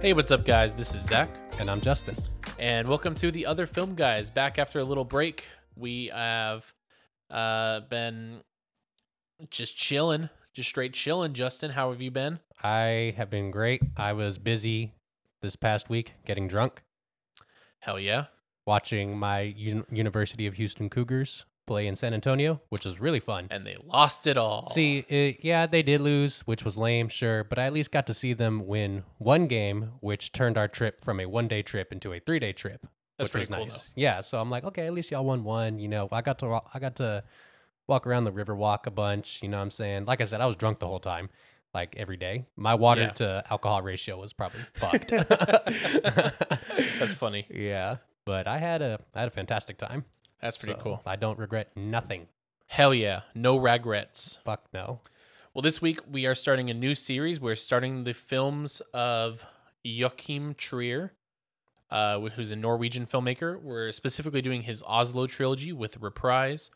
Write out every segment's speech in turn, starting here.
Hey, what's up, guys? This is Zach, And I'm Justin. and welcome to the Other Film Guys. Back after a little break, we have uh, been just chilling, just straight chilling. Justin, how have you been? I have been great. I was busy this past week getting drunk, Hell yeah. watching my Un- University of Houston Cougars play in San Antonio, which was really fun. And they lost it all. See, it, yeah, they did lose, which was lame, sure, but I at least got to see them win one game, which turned our trip from a one day trip into a three day trip, that's which pretty was cool. nice. Yeah, so I'm like, okay, at least y'all won one. You know, I got to wa- I got to walk around the river walk a bunch. You know, what I'm saying, like I said, I was drunk the whole time, like every day. My water Yeah. to alcohol ratio was probably fucked. That's funny. Yeah, but I had a I had a fantastic time. That's pretty So cool. I don't regret nothing. Hell yeah. No regrets. Fuck no. Well, this week we are starting a new series. We're starting the films of Joachim Trier, uh, wh- who's a Norwegian filmmaker. We're specifically doing his Oslo trilogy with Reprise,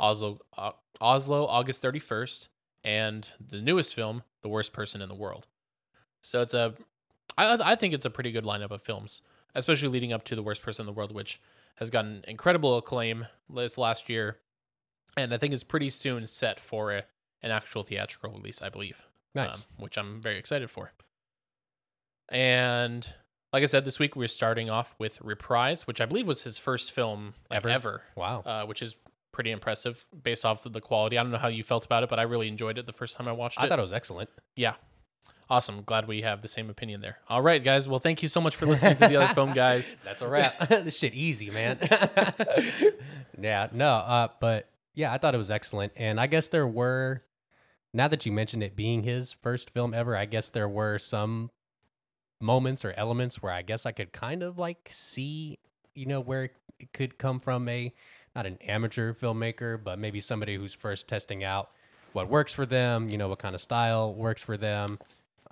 Oslo, uh, Oslo August 31st, and the newest film, The Worst Person in the World. So it's a, I, I think it's a pretty good lineup of films, especially leading up to The Worst Person in the World, which has gotten incredible acclaim this last year. And I think is pretty soon set for a, an actual theatrical release, I believe, um, Nice. which I'm very excited for. And like I said, this week we're starting off with Reprise, which I believe was his first film like, Ever. ever wow. uh, which is pretty impressive based off of the quality. I don't know how you felt about it, but I really enjoyed it the first time I watched it. I thought it was excellent. awesome. Glad we have the same opinion there. All right, guys. Well, thank you so much for listening to the other film, guys. That's a wrap. this shit easy, man. yeah, no, uh, but yeah, I thought it was excellent. And I guess there were, now that you mentioned it being his first film ever, I guess there were some moments or elements where I guess I could kind of like see, you know, where it could come from a, not an amateur filmmaker, but maybe somebody who's first testing out what works for them, you know, what kind of style works for them.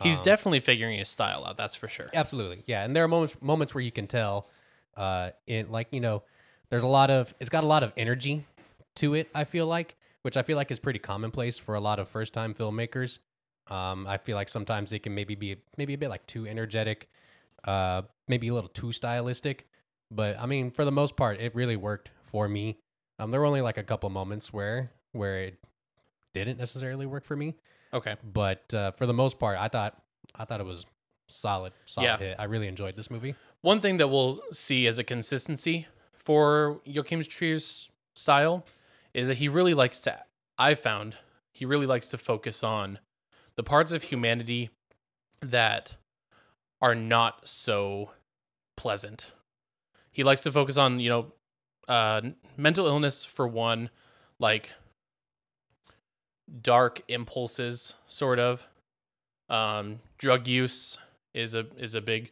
He's Um, definitely figuring his style out. That's for sure. Absolutely, yeah. And there are moments moments where you can tell, uh, in like you know, there's a lot of it's got a lot of energy to it. I feel like, which I feel like is pretty commonplace for a lot of first time filmmakers. Um, I feel like sometimes they can maybe be maybe a bit like too energetic, uh, maybe a little too stylistic. But I mean, for the most part, it really worked for me. Um, there were only like a couple moments where where it didn't necessarily work for me Okay. but uh, for the most part, I thought I thought it was solid, solid Yeah. hit. I really enjoyed this movie. One thing that we'll see as a consistency for Joachim Trier's style is that he really likes to, I found, he really likes to focus on the parts of humanity that are not so pleasant. He likes to focus on, you know, uh, n- mental illness for one, like dark impulses, sort of. Um, drug use is a is a big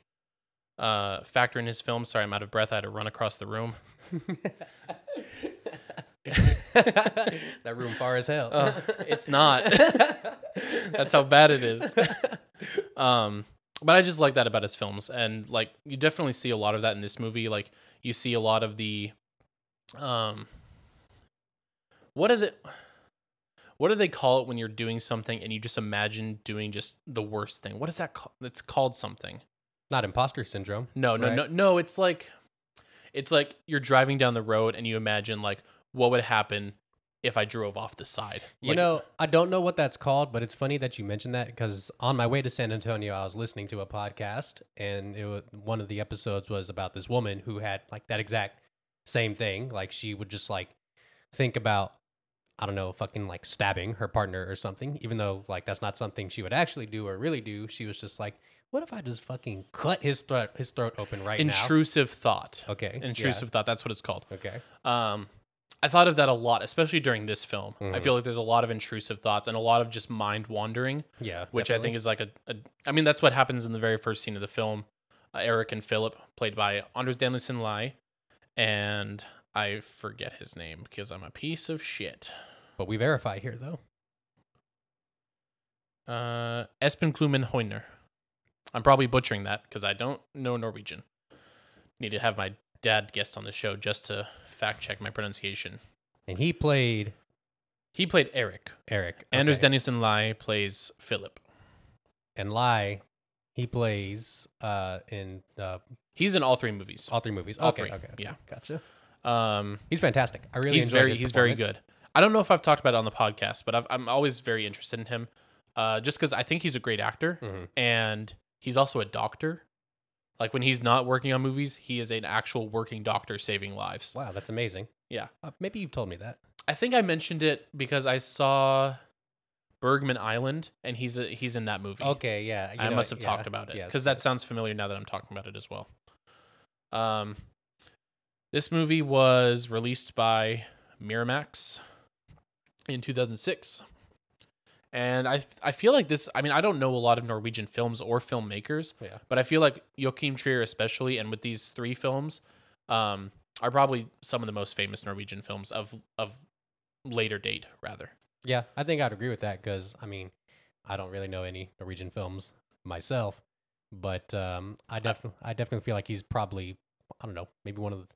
uh, factor in his film. Sorry, I'm out of breath. I had to run across the room. that room far as hell. Uh, it's not. That's how bad it is. Um, but I just like that about his films, and like you definitely see a lot of that in this movie. Like you see a lot of the, um, what are the, what do they call it when you're doing something and you just imagine doing just the worst thing? What is that called? It's called something. not imposter syndrome. No, no, right? no, no. It's like, it's like you're driving down the road and you imagine like what would happen if I drove off the side. You Like, know, I don't know what that's called, but it's funny that you mentioned that because on my way to San Antonio, I was listening to a podcast, and it was, one of the episodes was about this woman who had like that exact same thing. Like she would just like think about, I don't know, fucking like stabbing her partner or something, even though like that's not something she would actually do or really do. She was just like, what if I just fucking cut his throat, his throat open right intrusive thought. now? Okay, yeah, Intrusive thought. That's what it's called. Okay, Um, I thought of that a lot, especially during this film. I Mhm. feel like there's a lot of intrusive thoughts and a lot of just mind wandering, yeah, which I think is like a, a. I mean, that's what happens in the very first scene of the film. Uh, Eric and Philip, played by Anders Danielsen Lai, and I forget his name because I'm a piece of shit. But we verify here though. Uh, Espen Klumen Hoyner. I'm probably butchering that because I don't know Norwegian. Need to have my dad guest on the show just to fact check my pronunciation. And he played He played Eric. Eric. Anders okay. Danielsen Lai plays Philip. and Lai He plays uh, in uh, He's in all three movies. all three movies. All okay, three, Okay. yeah. Gotcha. Um, He's fantastic. I really he's enjoyed very his he's very performance. good. I don't know if I've talked about it on the podcast, but I've, I'm always very interested in him, uh, just because I think he's a great actor Mhm. and he's also a doctor. Like when he's not working on movies, he is an actual working doctor saving lives. Wow, that's amazing. Yeah. Uh, maybe you've told me that. I think I mentioned it because I saw Bergman Island, and he's a, he's in that movie. Okay, yeah. you I know, must have yeah, talked about it yes, because that yes. sounds familiar now that I'm talking about it as well. Um, this movie was released by Miramax in 2006, and I I feel like this. I mean, I don't know a lot of Norwegian films or filmmakers, Yeah. but I feel like Joachim Trier, especially, and with these three films, um, are probably some of the most famous Norwegian films of of later date, rather. Yeah, I think I'd agree with that because I mean, I don't really know any Norwegian films myself, but um, I definitely, I definitely feel like he's probably, I don't know, maybe one of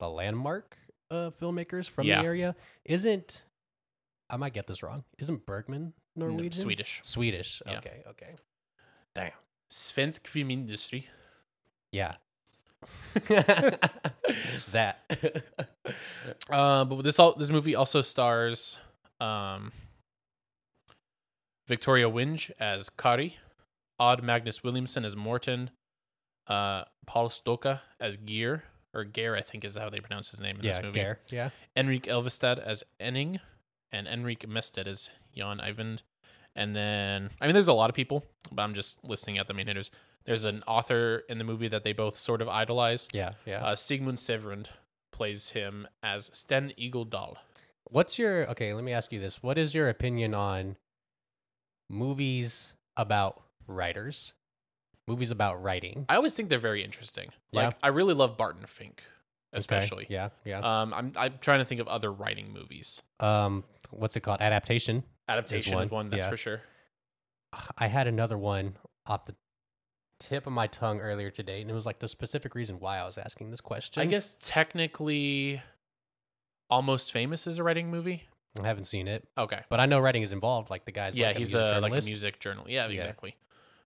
the landmark uh, filmmakers from Yeah. the area. Isn't I might get this wrong? Isn't Bergman N- Norwegian? Swedish. Swedish. Yeah. Okay. Okay. Svensk filmindustri. Yeah. that. Uh, but this all this movie also stars um, Victoria Winge as Kari, Odd Magnus Williamson as Morton, uh, Paul Stoka as Gear or Gare, I think is how they pronounce his name in this yeah. movie. Care. Yeah. Enrique Elvestad as Enning, and Enrique Mested as Jan Ivand. And then, I mean, there's a lot of people, but I'm just listing out the main hitters. There's an author in the movie that they both sort of idolize. Yeah. Yeah. Uh, Sigmund Severand plays him as Sten Eagledal. What's your okay? Let me ask you this: What is your opinion on movies about writers? Movies about writing, I always think they're very interesting. Yeah. Like, I really love Barton Fink, Okay, especially. Yeah, yeah. Um, I'm I'm trying to think of other writing movies. um, what's it called? Adaptation. Adaptation one, of one, that's yeah. for sure. I had another one off the tip of my tongue earlier today, and it was like the specific reason why I was asking this question. I guess technically, Almost Famous is a writing movie. I haven't seen it, Okay. but I know writing is involved. Like the guys. yeah, like, he's a, music a, like a journalist. music journal. Yeah, Yeah. exactly.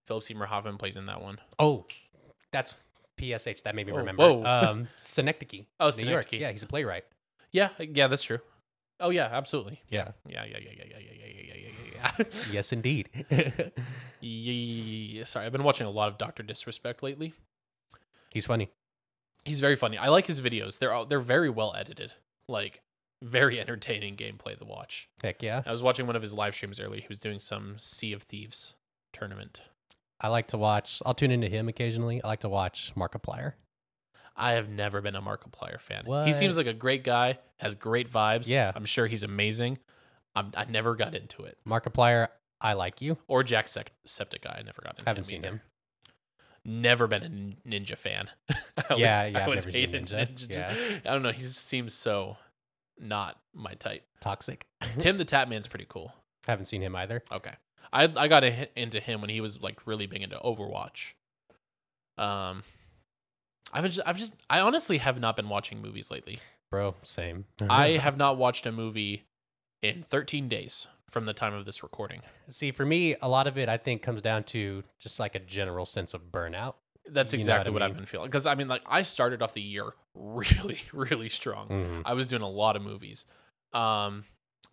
Philip Seymour Hoffman plays in that one. Oh, that's PSH. That made me Oh, remember. whoa. Um, Synecdoche. Oh, New York. Synecdoche. Yeah, he's a playwright. Yeah, yeah, that's true. Oh yeah, absolutely. Yeah. Yeah, yeah, yeah, yeah, yeah, yeah, yeah, yeah, yeah, yeah. yes, indeed. yeah. Sorry, I've been watching a lot of Doctor Disrespect lately. he's funny. He's very funny. I like his videos. They're all, they're very well edited. Like very entertaining gameplay to watch. Heck yeah. I was watching one of his live streams earlier. He was doing some Sea of Thieves tournament. I like to watch. I'll tune into him occasionally. I like to watch Markiplier. I have never been a Markiplier fan. He seems What? like a great guy, has great vibes. Yeah. I'm sure he's amazing. I'm, I never got into it. Markiplier, I like you. Or Jack Sep- Septicai. I never got into Haven't him seen either. him. Never been a nin- ninja fan. I always- Yeah, yeah, I I've always never seen hated Ninja. Just- Yeah. I don't know. He just seems so not my type. Toxic. Tim the Tap Man's pretty cool. Haven't seen him either. Okay. I I got a, hit into him when he was like really big into Overwatch. Um I've just I've just I honestly have not been watching movies lately. Bro, same. I have not watched a movie in 13 days from the time of this recording. see for me, a lot of it I think comes down to just like a general sense of burnout. That's You know exactly what what, I I've mean. been feeling. Because I mean, like, I started off the year really, really strong. I was doing a lot of movies. Um,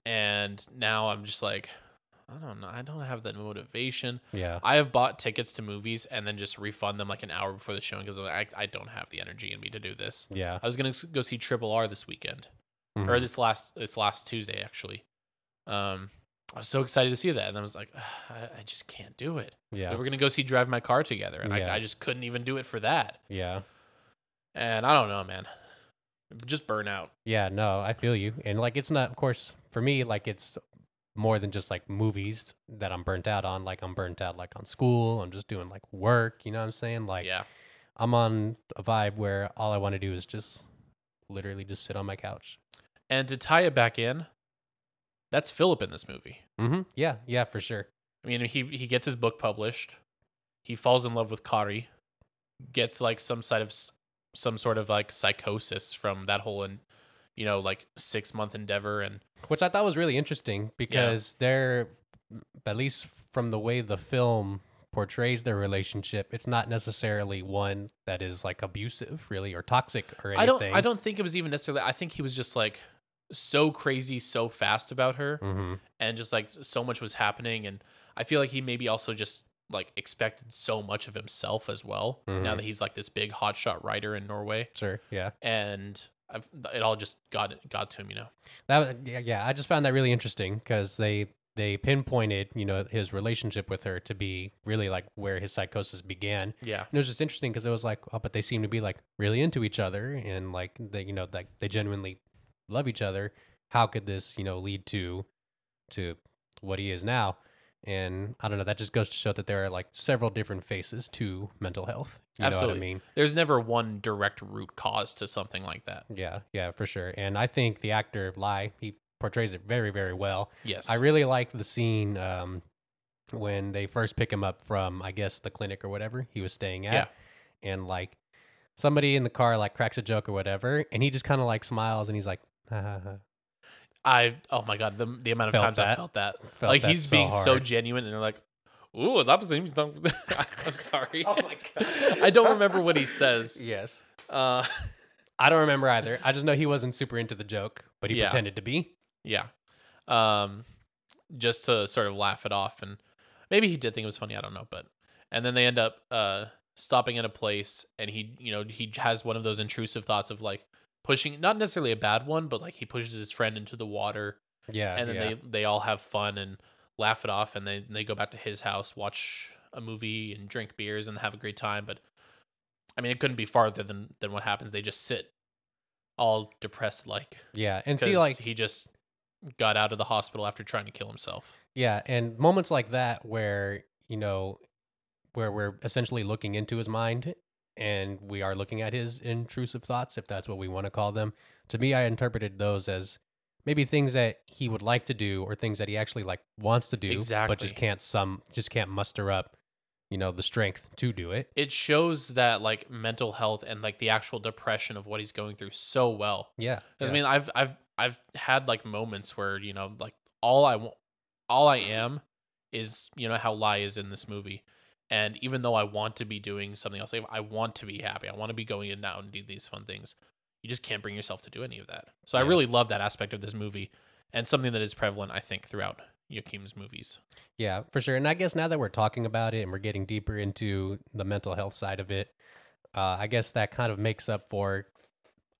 and now I'm just like, I don't know. I don't have that motivation. Yeah. I have bought tickets to movies and then just refund them like an hour before the showing because I, I don't have the energy in me to do this. Yeah. I was gonna s- go see Triple R this weekend Mm-hmm. or this last this last Tuesday actually. Um, I was so excited to see that, and I was like, "Ah, I, I just can't do it. yeah. We were gonna go see Drive My Car together, and Yeah. I, I just couldn't even do it for that. yeah. And I don't know, man, just burnout. Yeah, no, I feel you. And like it's not of course for me like it's more than just like movies that I'm burnt out on. Like I'm burnt out like on school. I'm just doing like work, you know what I'm saying? Like yeah, I'm on a vibe where all I want to do is just literally just sit on my couch. and to tie it back in, that's Philip in this movie. Mm-hmm. Yeah, yeah, for sure. I mean, he he gets his book published. He falls in love with Kari, gets like some side of s- some sort of like psychosis from that whole and you know like six month endeavor, and Which I thought was really interesting because they're, at least from the way the film portrays their relationship, it's not necessarily one that is like abusive, really, or toxic or anything. I don't. I don't think it was even necessarily. I think he was just like so crazy, so fast about her, Mm-hmm. and just like so much was happening. And I feel like he maybe also just like expected so much of himself as well. Now Mhm. that he's like this big hotshot writer in Norway, Sure. Yeah. and I've, it all just got got to him, you know. That was, yeah, yeah. I just found that really interesting because they they pinpointed you know his relationship with her to be really like where his psychosis began. Yeah. And it was just interesting because it was like, oh, but they seem to be like really into each other and like they you know like they genuinely love each other. How could this you know lead to to what he is now? And I don't know. That just goes to show that there are like several different faces to mental health. You Absolutely. know what I mean? There's never one direct root cause to something like that. Yeah, yeah, for sure. And I think the actor Lai he portrays it very, very well. Yes. I really like the scene um, when they first pick him up from, I guess, the clinic or whatever he was staying at. Yeah. And like somebody in the car like cracks a joke or whatever, and he just kind of like smiles and he's like, ha, ha, ha. I oh my god, the the amount of Felt times I that. felt that. Felt like that he's so being so hard. genuine, and they're like, "Ooh, that was." I'm sorry. oh my god. I don't remember what he says. yes. Uh, I don't remember either. I just know he wasn't super into the joke, but he Yeah. pretended to be. yeah. Um, just to sort of laugh it off, and maybe he did think it was funny. I don't know, but and then they end up uh stopping at a place, and he you know he has one of those intrusive thoughts of like pushing, not necessarily a bad one, but like he pushes his friend into the water. Yeah. and then yeah. they they all have fun and laugh it off and they they go back to his house watch a movie and drink beers and have a great time but i mean it couldn't be farther than than what happens they just sit all depressed like yeah. And because see, like, he just got out of the hospital after trying to kill himself Yeah, and moments like that where, you know, where we're essentially looking into his mind and we are looking at his intrusive thoughts, if that's what we want to call them. To me, I interpreted those as maybe things that he would like to do or things that he actually like wants to do but Exactly. just can't some just can't muster up, you know, the strength to do it. it shows that like mental health and like the actual depression of what he's going through so well Yeah. 'Cause, yeah. I mean, I've I've I've had like moments where you know, like all I want, all I am, is you know how Lai is in this movie, and even though I want to be doing something else, I- I want to be happy, I want to be going in now and do these fun things. You just can't bring yourself to do any of that. So I Yeah. really love that aspect of this movie, and something that is prevalent, I think, throughout Joachim's movies. Yeah, for sure. And I guess now that we're talking about it and we're getting deeper into the mental health side of it, uh, I guess that kind of makes up for,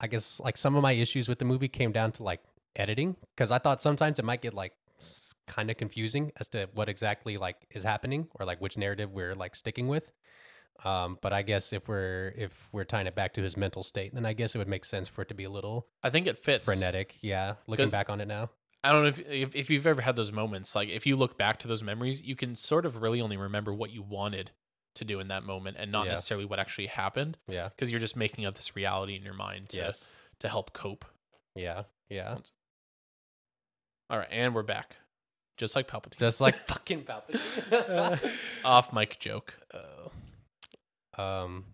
I guess, like some of my issues with the movie came down to like editing because I thought sometimes it might get like kind of confusing as to what exactly like is happening or like which narrative we're like sticking with. Um, but I guess if we're if we're tying it back to his mental state, then I guess it would make sense for it to be a little I think it fits. frenetic. Yeah, looking 'Cause- back on it now. I don't know if, if if you've ever had those moments. Like if you look back to those memories, you can sort of really only remember what you wanted to do in that moment, and not Yeah. necessarily what actually happened, Yeah. because you're just making up this reality in your mind to Yes. to help cope. Yeah. Yeah. All right, and we're back, just like Palpatine. Just like fucking Palpatine. Off mic joke. um,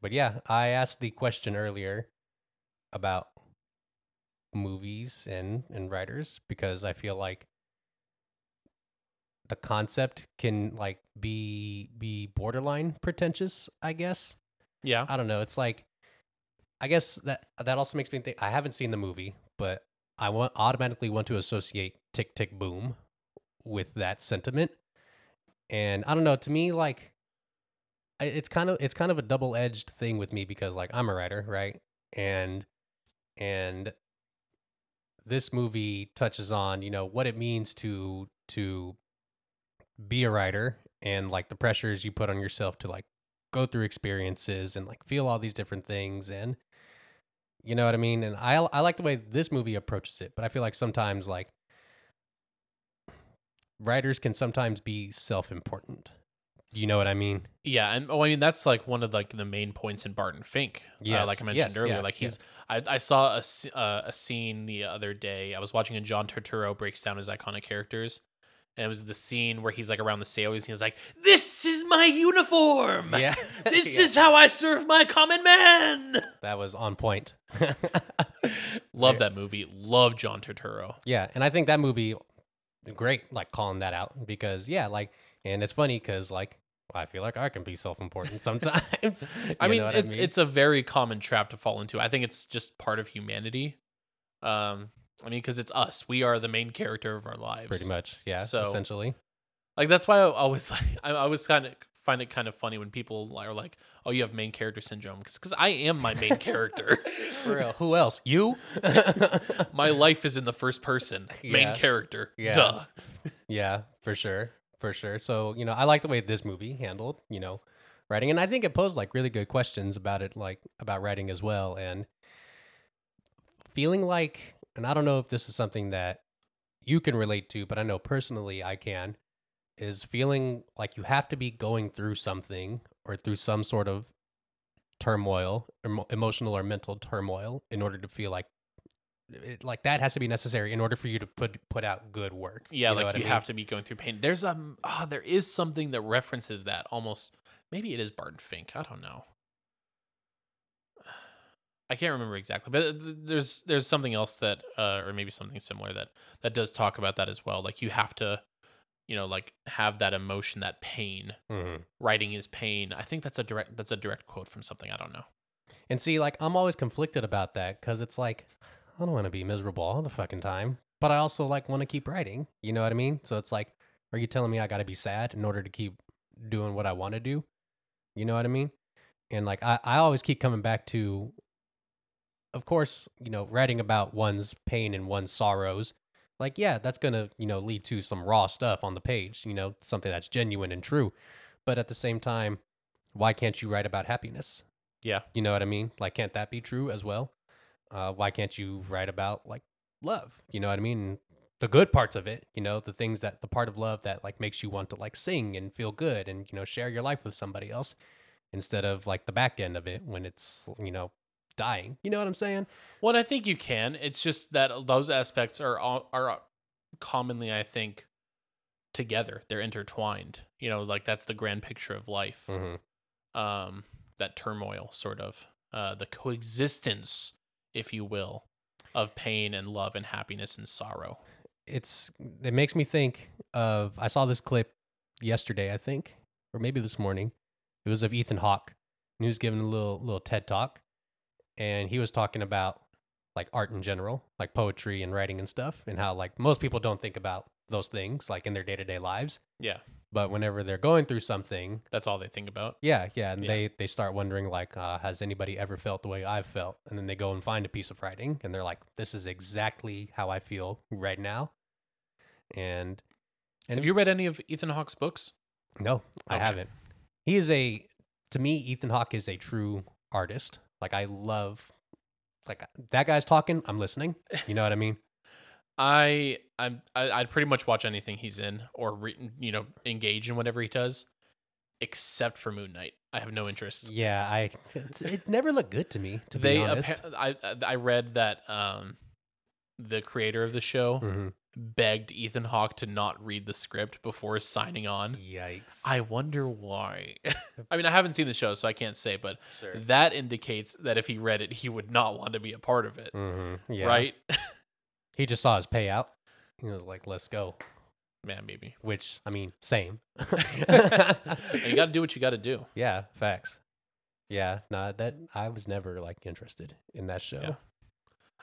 but yeah, I asked the question earlier about movies and and writers because I feel like the concept can like be be borderline pretentious. I guess Yeah, I don't know. It's like I guess that that also makes me think. I haven't seen the movie, but I want automatically want to associate Tick Tick Boom with that sentiment. And I don't know. To me, like I- it's kind of it's kind of a double edged thing with me because like I'm a writer, right? And and this movie touches on you know what it means to to be a writer and like the pressures you put on yourself to like go through experiences and like feel all these different things and you know what I mean? And I I like the way this movie approaches it, but I feel like sometimes like writers can sometimes be self-important. You know what I mean? yeah, and oh, I mean that's like one of like the main points in Barton Fink. uh, Yes, like I mentioned yes, earlier, yeah, like he's. I, I saw a s- uh, a scene the other day. I was watching a John Turturro breaks down his iconic characters. And it was the scene where he's like around the sailors and he's like, This is my uniform. This Yeah. is how I serve my common man. that was on point. Love Yeah. that movie. Love John Turturro. yeah, and I think that movie great like calling that out because yeah, like And it's funny because like I feel like I can be self-important sometimes. I You mean, know what it's it's a very common trap to fall into. I think it's just part of humanity. Um, I mean, because it's us. We are the main character of our lives, pretty much yeah. so- essentially, Like that's why I always like I always kind of find it kind of funny when people are like, "Oh, you have main character syndrome," because I am my main character. for real. Who else? You? my life is in the first person. Main Yeah. character. Yeah. Duh. Yeah, for sure. For sure. So, you know, I like the way this movie handled, you know, writing. And I think it posed like really good questions about it, like about writing as well. And feeling like, and I don't know if this is something that you can relate to, but I know personally I can, is feeling like you have to be going through something or through some sort of turmoil, emo- emotional or mental turmoil in order to feel like it, like that has to be necessary in order for you to put put out good work. Yeah, know like what you I mean? have to be going through pain. There's a ah, there is something that references that almost. Maybe it is Barton Fink. I don't know. I can't remember exactly, but uh, th- there's there's something else that, uh, or maybe something similar that that does talk about that as well. Like you have to, you know, like have that emotion, that pain. Mhm. Writing is pain. I think that's a direct that's a direct quote from something. I don't know. And see, like, I'm always conflicted about that because it's like, I don't want to be miserable all the fucking time, but I also like want to keep writing. You know what I mean? So it's like, are you telling me I got to be sad in order to keep doing what I want to do? You know what I mean? And like, I, I always keep coming back to, of course, you know, writing about one's pain and one's sorrows. Like, yeah, that's going to, you know, lead to some raw stuff on the page, you know, something that's genuine and true. But at the same time, why can't you write about happiness? Yeah. You know what I mean? Like, can't that be true as well? Uh, why can't you write about like love? You know what I mean? The good parts of it, you know, the things that the part of love that like makes you want to like sing and feel good and you know share your life with somebody else, instead of like the back end of it when it's you know dying. You know what I'm saying? Well, and I think you can. It's just that those aspects are all, are uh, commonly, I think, together. They're intertwined. You know, like that's the grand picture of life. Mm-hmm. Um, that turmoil, sort of, uh, the coexistence, if you will, of pain and love and happiness and sorrow. It's it makes me think of I saw this clip yesterday I think or maybe this morning. It was of Ethan Hawke. And he was giving a little little TED talk, and he was talking about like art in general, like poetry and writing and stuff, and how like most people don't think about those things like in their day to day lives. Yeah. But whenever they're going through something, That's all they think about. yeah, yeah, and Yeah. they they start wondering like, uh, has anybody ever felt the way I've felt? And then they go and find a piece of writing, and they're like, this is exactly how I feel right now. And Have you read any of Ethan Hawke's books? no, I Okay. haven't. He is a to me Ethan Hawke is a true artist. Like I love like that guy's talking, I'm listening. You know what I mean? I I'm I, I'd pretty much watch anything he's in or re, you know engage in whatever he does, except for Moon Knight. I have no interest. yeah, I it's- it never looked good to me to they be honest. appa- I I read that um the creator of the show Mhm. begged Ethan Hawke to not read the script before signing on. Yikes. I wonder why. I mean, I haven't seen the show, so I can't say, but sure. that indicates that if he read it, he would not want to be a part of it, Mm, Mm-hmm, Yeah. right? He just saw his payout. He was like, "Let's go." Man, maybe. Which I mean, same. you got to do what you got to do. yeah, facts. Yeah, no, that I was never like interested in that show. Yeah.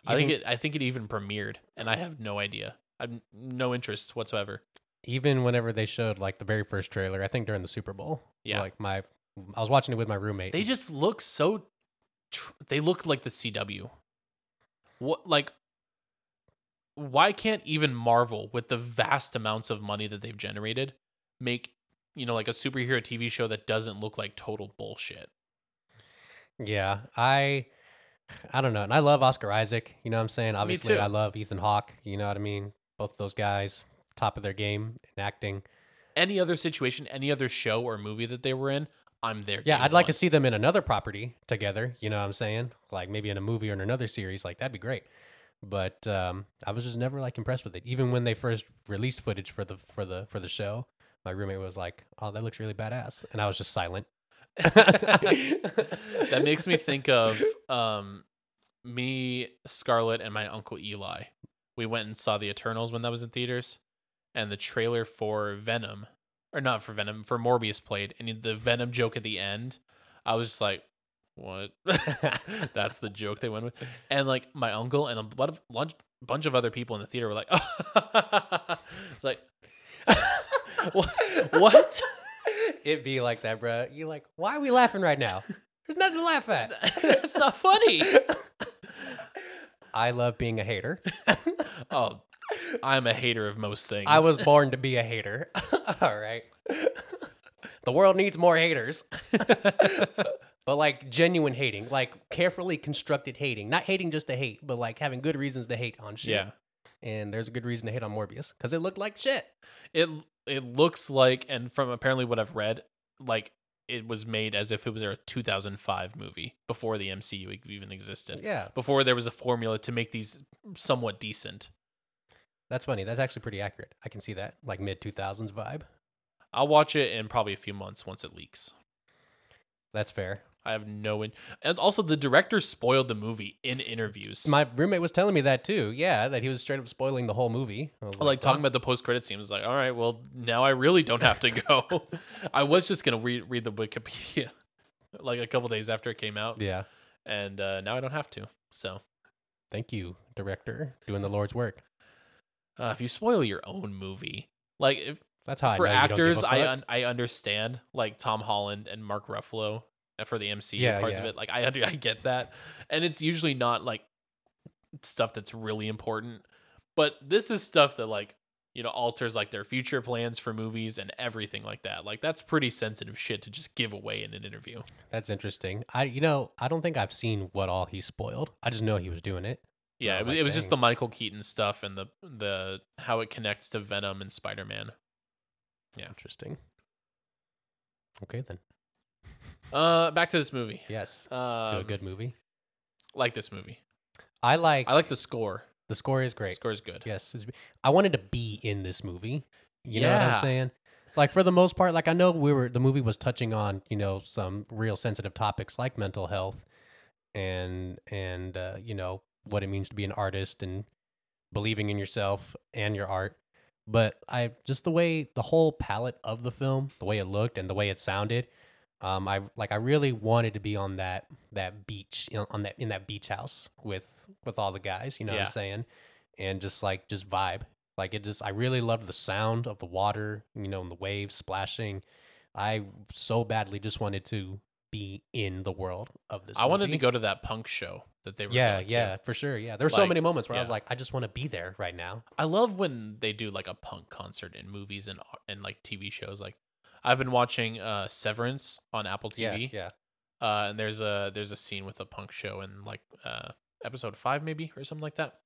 I think Even- it. I think it even premiered, and I have no idea. I've no interest whatsoever. even whenever they showed like the very first trailer, I think during the Super Bowl. Yeah. Like my I was watching it with my roommate. They just look so. Tr- they look like the CW. What like? Why can't even Marvel, with the vast amounts of money that they've generated, make you know like a superhero TV show that doesn't look like total bullshit? Yeah. I I don't know. And I love Oscar Isaac, you know what I'm saying? Obviously too. I love Ethan Hawke, you know what I mean? Both of those guys, top of their game in acting. Any other situation, any other show or movie that they were in, I'm there. Yeah, day I'd like one. to see them in another property together, you know what I'm saying? Like maybe in a movie or in another series, like that'd be great. But um I was just never like impressed with it. Even when they first released footage for the for the for the show, my roommate was like, "Oh, that looks really badass." And I was just silent. that makes me think of um, me, Scarlett, and my uncle Eli. We went and saw the Eternals when that was in theaters, and the trailer for Venom or not for Venom, for Morbius played, and the Venom joke at the end, I was just like, what? That's the joke they went with. And like my uncle and a lot of lunch, bunch of other people in the theater were like, it's like, what? what? It'd be like that, bro. You like, why are we laughing right now? There's nothing to laugh at. That's not funny. I love being a hater. Oh, I'm a hater of most things. I was born to be a hater. All right. The world needs more haters. but like genuine hating, like carefully constructed hating. Not hating just to hate, but like having good reasons to hate on shit. yeah. And there's a good reason to hate on Morbius because it looked like shit. It it looks like, and from apparently what I've read, like it was made as if it was a 2005 movie before the MCU e-, even existed. Yeah. Before there was a formula to make these somewhat decent. That's funny. That's actually pretty accurate. I can see that. Like mid 2000s vibe. I'll watch it in probably a few months once it leaks. That's fair. I have no in- and also the director spoiled the movie in interviews. My roommate was telling me that too. Yeah, that he was straight up spoiling the whole movie. I was Oh, like, talking about the post credit scenes, like, all right, well, now I really don't have to go. I was just gonna read read the Wikipedia, like a couple days after it came out, Yeah. and uh, now I don't have to. So Thank you, director, doing the Lord's work. uh, if you spoil your own movie, like if, That's how for I know you don't give a actors, I fuck. un- I understand like Tom Holland and Mark Ruffalo uh, for the MCU Yeah, parts of yeah. it. Like I under- I get that, and it's usually not like stuff that's really important, but this is stuff that like you know alters like their future plans for movies and everything like that. Like that's pretty sensitive shit to just give away in an interview. That's interesting. I you know, I don't think I've seen what all he spoiled. I just know he was doing it. Yeah, I it was was, like, it was just dang. the Michael Keaton stuff and the the how it connects to Venom and Spider Man. Yeah. Interesting. Okay then. Uh, back to this movie. Yes. Uh, to a good movie. like this movie. I like, I like the score. the score is great. Score's good. Yes. it's- I wanted to be in this movie. You know what Yeah. I'm saying? Like for the most part, like I know we were the movie was touching on, you know, some real sensitive topics like mental health and and uh, you know, what it means to be an artist and believing in yourself and your art. But I just the way the whole palette of the film, the way it looked and the way it sounded, um, I like I really wanted to be on that that beach, you know, on that in that beach house with with all the guys, you know what Yeah. I'm saying? And just like just vibe. Like it just I really loved the sound of the water, you know, and the waves splashing. I so badly just wanted to be in the world of this. I wanted to movie. go to that punk show that they were Yeah, going to. yeah, for sure. Yeah. There were so Like, many moments where I was yeah. like, I just want to be there right now. I love when they do like a punk concert in movies and uh, and like TV shows. Like I've been watching uh Severance on Apple TV. Yeah. Uh and there's a there's a scene with a punk show in like uh episode 5 maybe or something like that.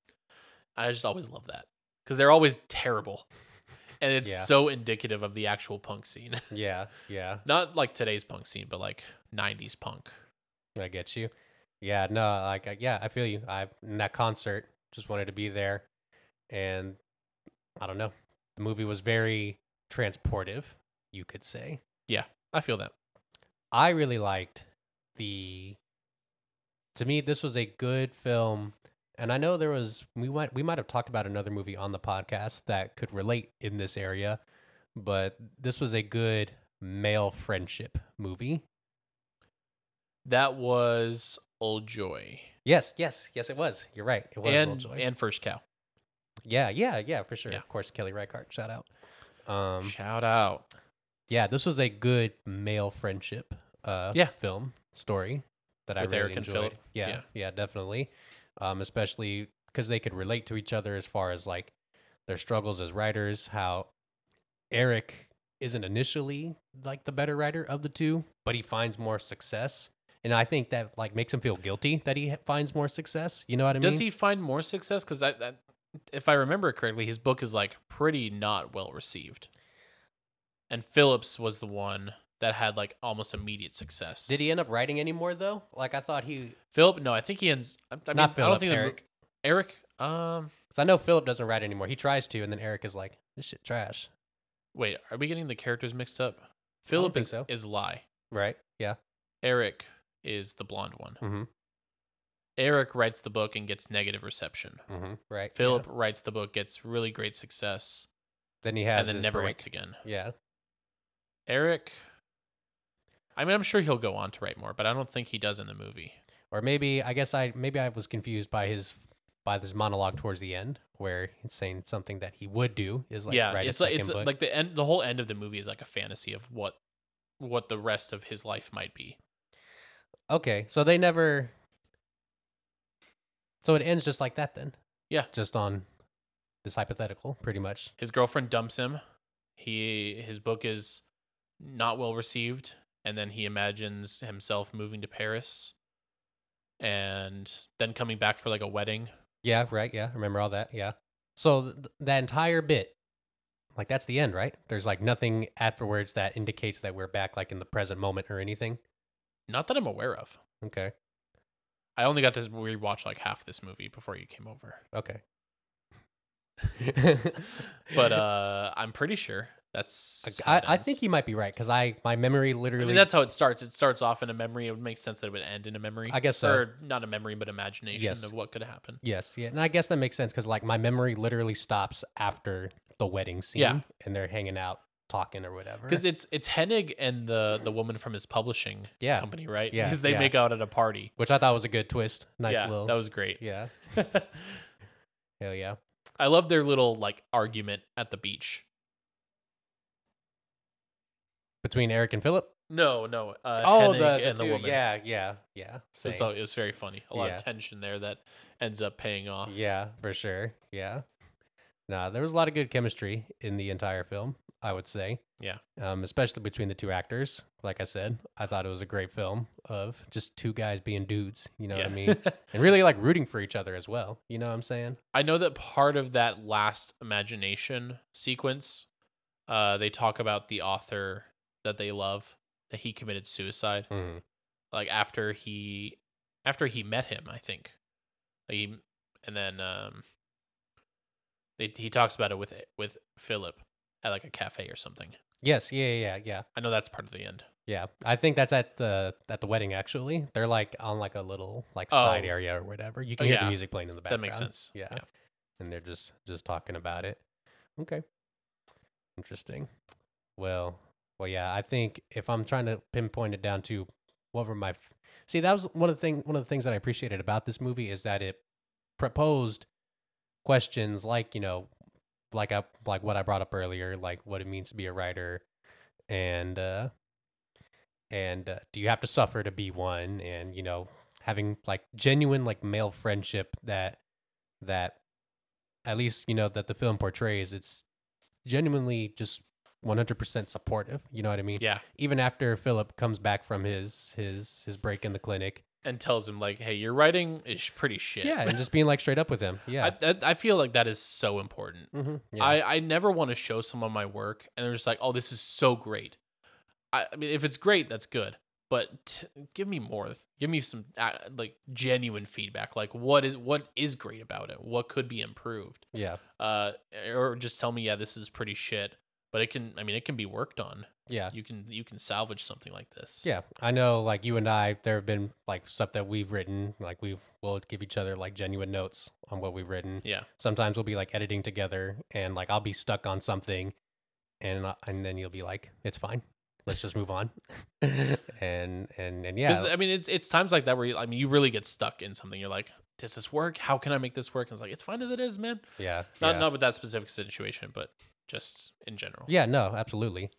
I just always love that cuz they're always terrible. And it's Yeah. so indicative of the actual punk scene. Yeah. Yeah. Yeah. Not like today's punk scene, but like 90s punk. I get you. Yeah, no, like I- yeah, I feel you. I in that concert just wanted to be there, and I don't know. The movie was very transportive, you could say. I feel that. I really liked the. To me, this was a good film, and I know there was we might we might have talked about another movie on the podcast that could relate in this area, but this was a good male friendship movie. That was Old Joy. Yes, yes, yes, it was. You're right. It was and Old Joy. and First Cow. Yeah, yeah, yeah, for sure. Yeah. Of course, Kelly Reichardt, shout out. Um, Shout out. yeah, this was a good male friendship uh, Yeah. film story that I With really Eric and enjoyed. Phillip. Yeah, Yeah. yeah, definitely. Um, especially because they could relate to each other as far as like their struggles as writers. How Eric isn't initially like the better writer of the two, but he finds more success, and I think that like makes him feel guilty that he ha- finds more success. You know what I mean? Does he find more success? Because I, I, if I remember correctly, his book is like pretty not well received, and Phillips was the one that had like almost immediate success. Did he end up writing any more though? Like I thought he Philip? No, I think he ends. I, I mean, Not I don't Philip, think the mo- Eric. Eric. Um, Because I know Philip doesn't write anymore. He tries to, and then Eric is like, "This shit trash." wait, are we getting the characters mixed up? Philip think is so. is Lie. Right? Yeah. Eric is the blonde one. Mhm. Eric writes the book and gets negative reception. Mm-hmm. Right. Philip Yeah. writes the book, gets really great success, Then he and has then his never break. writes again. Yeah. Eric. I mean, I'm sure he'll go on to write more, but I don't think he does in the movie. or maybe I guess I maybe I was confused by his by this monologue towards the end where it's saying something that he would do is like yeah, write it's a like second it's uh, book. like the end. The whole end of the movie is like a fantasy of what what the rest of his life might be. okay, so they never. So it ends just like that then. Yeah. just on this hypothetical, pretty much. His girlfriend dumps him. He his book is not well received, and then he imagines himself moving to Paris, and then coming back for like a wedding. Yeah, right. Yeah, remember all that. Yeah. So th- th- that entire bit, like that's the end, right? There's like nothing afterwards that indicates that we're back like in the present moment or anything. Not that I'm aware of. Okay. I only got to rewatch like half this movie before you came over. Okay. but uh I'm pretty sure that's how I, it I ends. think you might be right because I my memory I literally. mean, that's how it starts. It starts off in a memory. It would make sense that it would end in a memory. I guess so. Or not a memory, but imagination Yes. of what could happen. yes, yeah, and I guess that makes sense because like my memory literally stops after the wedding scene, Yeah. and they're hanging out talking or whatever. Because it's it's Hennig and the the woman from his publishing yeah, company, right? Yeah, Because they yeah. make out at a party. which I thought was a good twist. Nice yeah, little. that was great. yeah. Hell yeah. I love their little like argument at the beach. Between Eric and Philip. No, no. Uh, Oh, Hennig and the woman. Yeah, yeah, yeah. Same. It's all, it was very funny. A lot Yeah. of tension there that ends up paying off. Yeah, for sure. Yeah. Nah, there was a lot of good chemistry in the entire film, I would say. Yeah. Um, especially between the two actors. Like I said, I thought it was a great film of just two guys being dudes, you know what I mean? and really like rooting for each other as well. You know what I'm saying? I know that part of that last imagination sequence, uh, they talk about the author that they love that he committed suicide. Like after he, after he met him, I think. Like he, and then um, they, he talks about it with with Philip at like a cafe or something. Yes, yeah, yeah, yeah, yeah. I know that's part of the end. Yeah. I think that's at the at the wedding actually. They're like on like a little like side Oh. area or whatever. You Oh, can hear yeah. the music playing in the That background. makes sense. Yeah. and they're just just talking about it. Okay. Interesting. Well, well yeah, I think if I'm trying to pinpoint it down to what were my f- See, that was one of the thing one of the things that I appreciated about this movie is that it proposed questions like, you know, like I like what I brought up earlier, like what it means to be a writer and uh and uh, do you have to suffer to be one and you know having like genuine like male friendship that that at least you know that the film portrays it's genuinely just 100% supportive you know what i mean Yeah, even after philip comes back from his his his break in the clinic and tells him like, "Hey, your writing is pretty shit." yeah and just being like straight up with him yeah, I, that, I feel like that is so important. mm-hmm. yeah. I, I never want to show someone my work and they're just like, oh, this is so great. I, I mean, if it's great, that's good. But t- give me more. Give me some uh, like genuine feedback. Like what is what is great about it? What could be improved? yeah Uh, or just tell me, yeah, this is pretty shit. But it can. I mean, it can be worked on. yeah You can you can salvage something like this. Yeah, I know. Like you and I, there have been like stuff that we've written. Like we will give each other like genuine notes on what we've written. Yeah. Sometimes we'll be like editing together, and like I'll be stuck on something, and I- and then you'll be like, "It's fine, let's just move on." and and and 'Cause, yeah, I mean, it's it's times like that where you, I mean, you really get stuck in something. You're like, does this work? How can I make this work? And it's like, it's fine as it is, man. yeah, Not yeah. not with that specific situation, but just in general. Yeah, no, absolutely.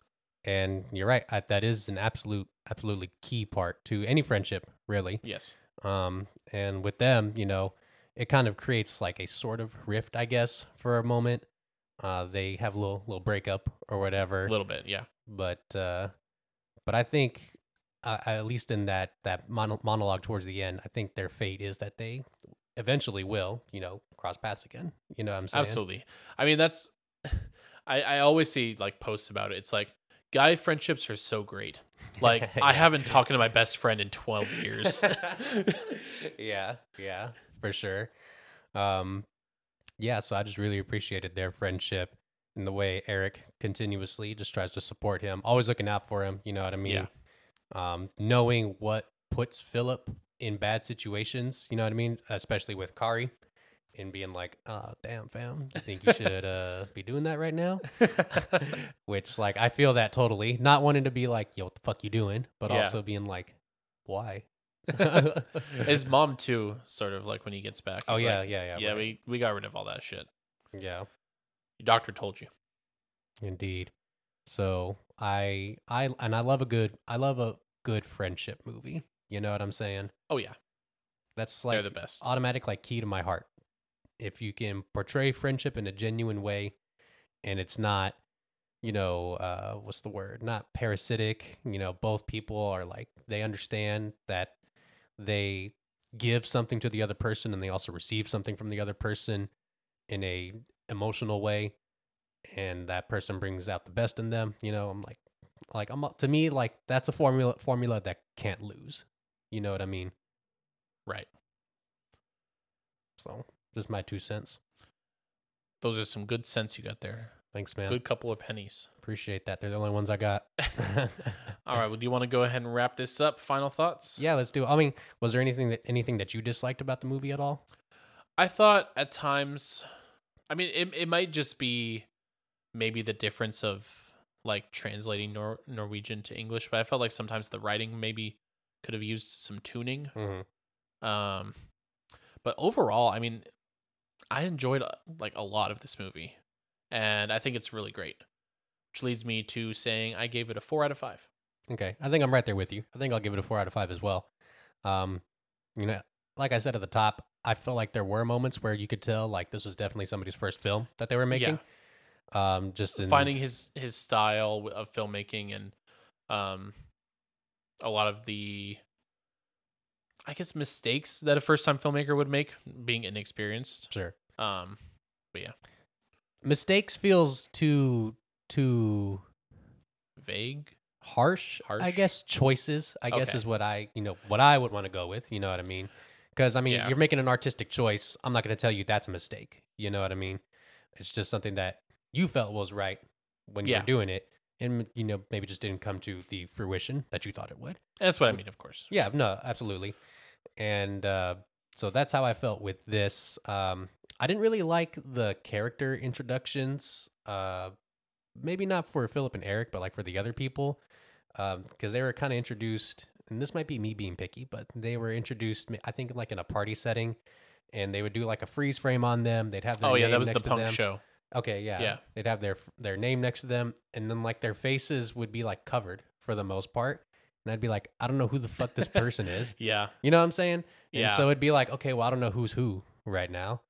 And you're right. I, that is an absolute, absolutely key part to any friendship, really. Yes. um and with them you know it kind of creates like a sort of rift i guess for a moment uh they have a little little breakup or whatever A little bit, yeah. but uh but i think uh, at least in that that mono- monologue towards the end i think their fate is that they eventually will you know cross paths again you know what i'm saying Absolutely. I mean, that's I I always see like posts about it. It's like guy friendships are so great. Like I haven't talked to my best friend in 12 years. yeah, yeah, for sure. Um, yeah, so I just really appreciated their friendship and the way Eric continuously just tries to support him, always looking out for him. You know what I mean? Yeah. Um, knowing what puts Philip in bad situations. You know what I mean? Especially with Kari. and being like, "Oh, damn, fam, you think you should uh, be doing that right now?" Which, like, I feel that totally. Not wanting to be like, "Yo, what the fuck you doing?" But Yeah. also being like, "Why?" His mom too, sort of like when he gets back. oh is yeah, like, yeah, yeah, yeah. right. We we got rid of all that shit. yeah. Your doctor told you. Indeed. So I I and I love a good I love a good friendship movie. You know what I'm saying? Oh yeah, That's they're like uh, the best. automatic like key to my heart. If you can portray friendship in a genuine way and it's not, you know, uh what's the word? Not parasitic, you know, both people are like they understand that they give something to the other person and they also receive something from the other person in a emotional way and that person brings out the best in them, you know, I'm like like I'm to me like that's a formula formula that can't lose. You know what I mean? Right. So, just my two cents. Those are some good sense you got there. Thanks, man. Good couple of pennies. Appreciate that. They're the only ones I got. All right. Well, do you want to go ahead and wrap this up? Final thoughts? yeah, let's do. It. I mean, was there anything that anything that you disliked about the movie at all? I thought at times, I mean, it, it might just be maybe the difference of like translating Nor- Norwegian to English, but I felt like sometimes the writing maybe could have used some tuning. Mm-hmm. Um, but overall, I mean, I enjoyed uh, like a lot of this movie, and I think it's really great. Which leads me to saying I gave it a four out of five. Okay, I think I'm right there with you. I think I'll give it a four out of five as well. Um, you know, like I said at the top, I feel like there were moments where you could tell like this was definitely somebody's first film that they were making. Um, just in finding his his style w- of filmmaking and um a lot of the i guess mistakes that a first time filmmaker would make being inexperienced sure um mistakes feels too too vague harsh, I Harsh? guess choices. I guess Okay. is what I you know what I would want to go with. You know what I mean? Because I mean Yeah. you're making an artistic choice. I'm not going to tell you that's a mistake. You know what I mean? It's just something that you felt was right when you Yeah. were doing it, and you know maybe just didn't come to the fruition that you thought it would. that's what i mean of course Yeah, no, absolutely. And uh, so that's how I felt with this. Um, I didn't really like the character introductions. Uh, maybe not for Philip and Eric, but like for the other people, because they were kind of introduced. And this might be me being picky, but they were introduced, I think, like in a party setting, and they would do like a freeze frame on them. They'd have their oh yeah name that was the next to punk them. show Okay, yeah. Yeah. They'd have their their name next to them and then like their faces would be like covered for the most part. And I'd be like, I don't know who the fuck this person is. yeah You know what I'm saying? And Yeah. so it'd be like, okay, well, I don't know who's who right now.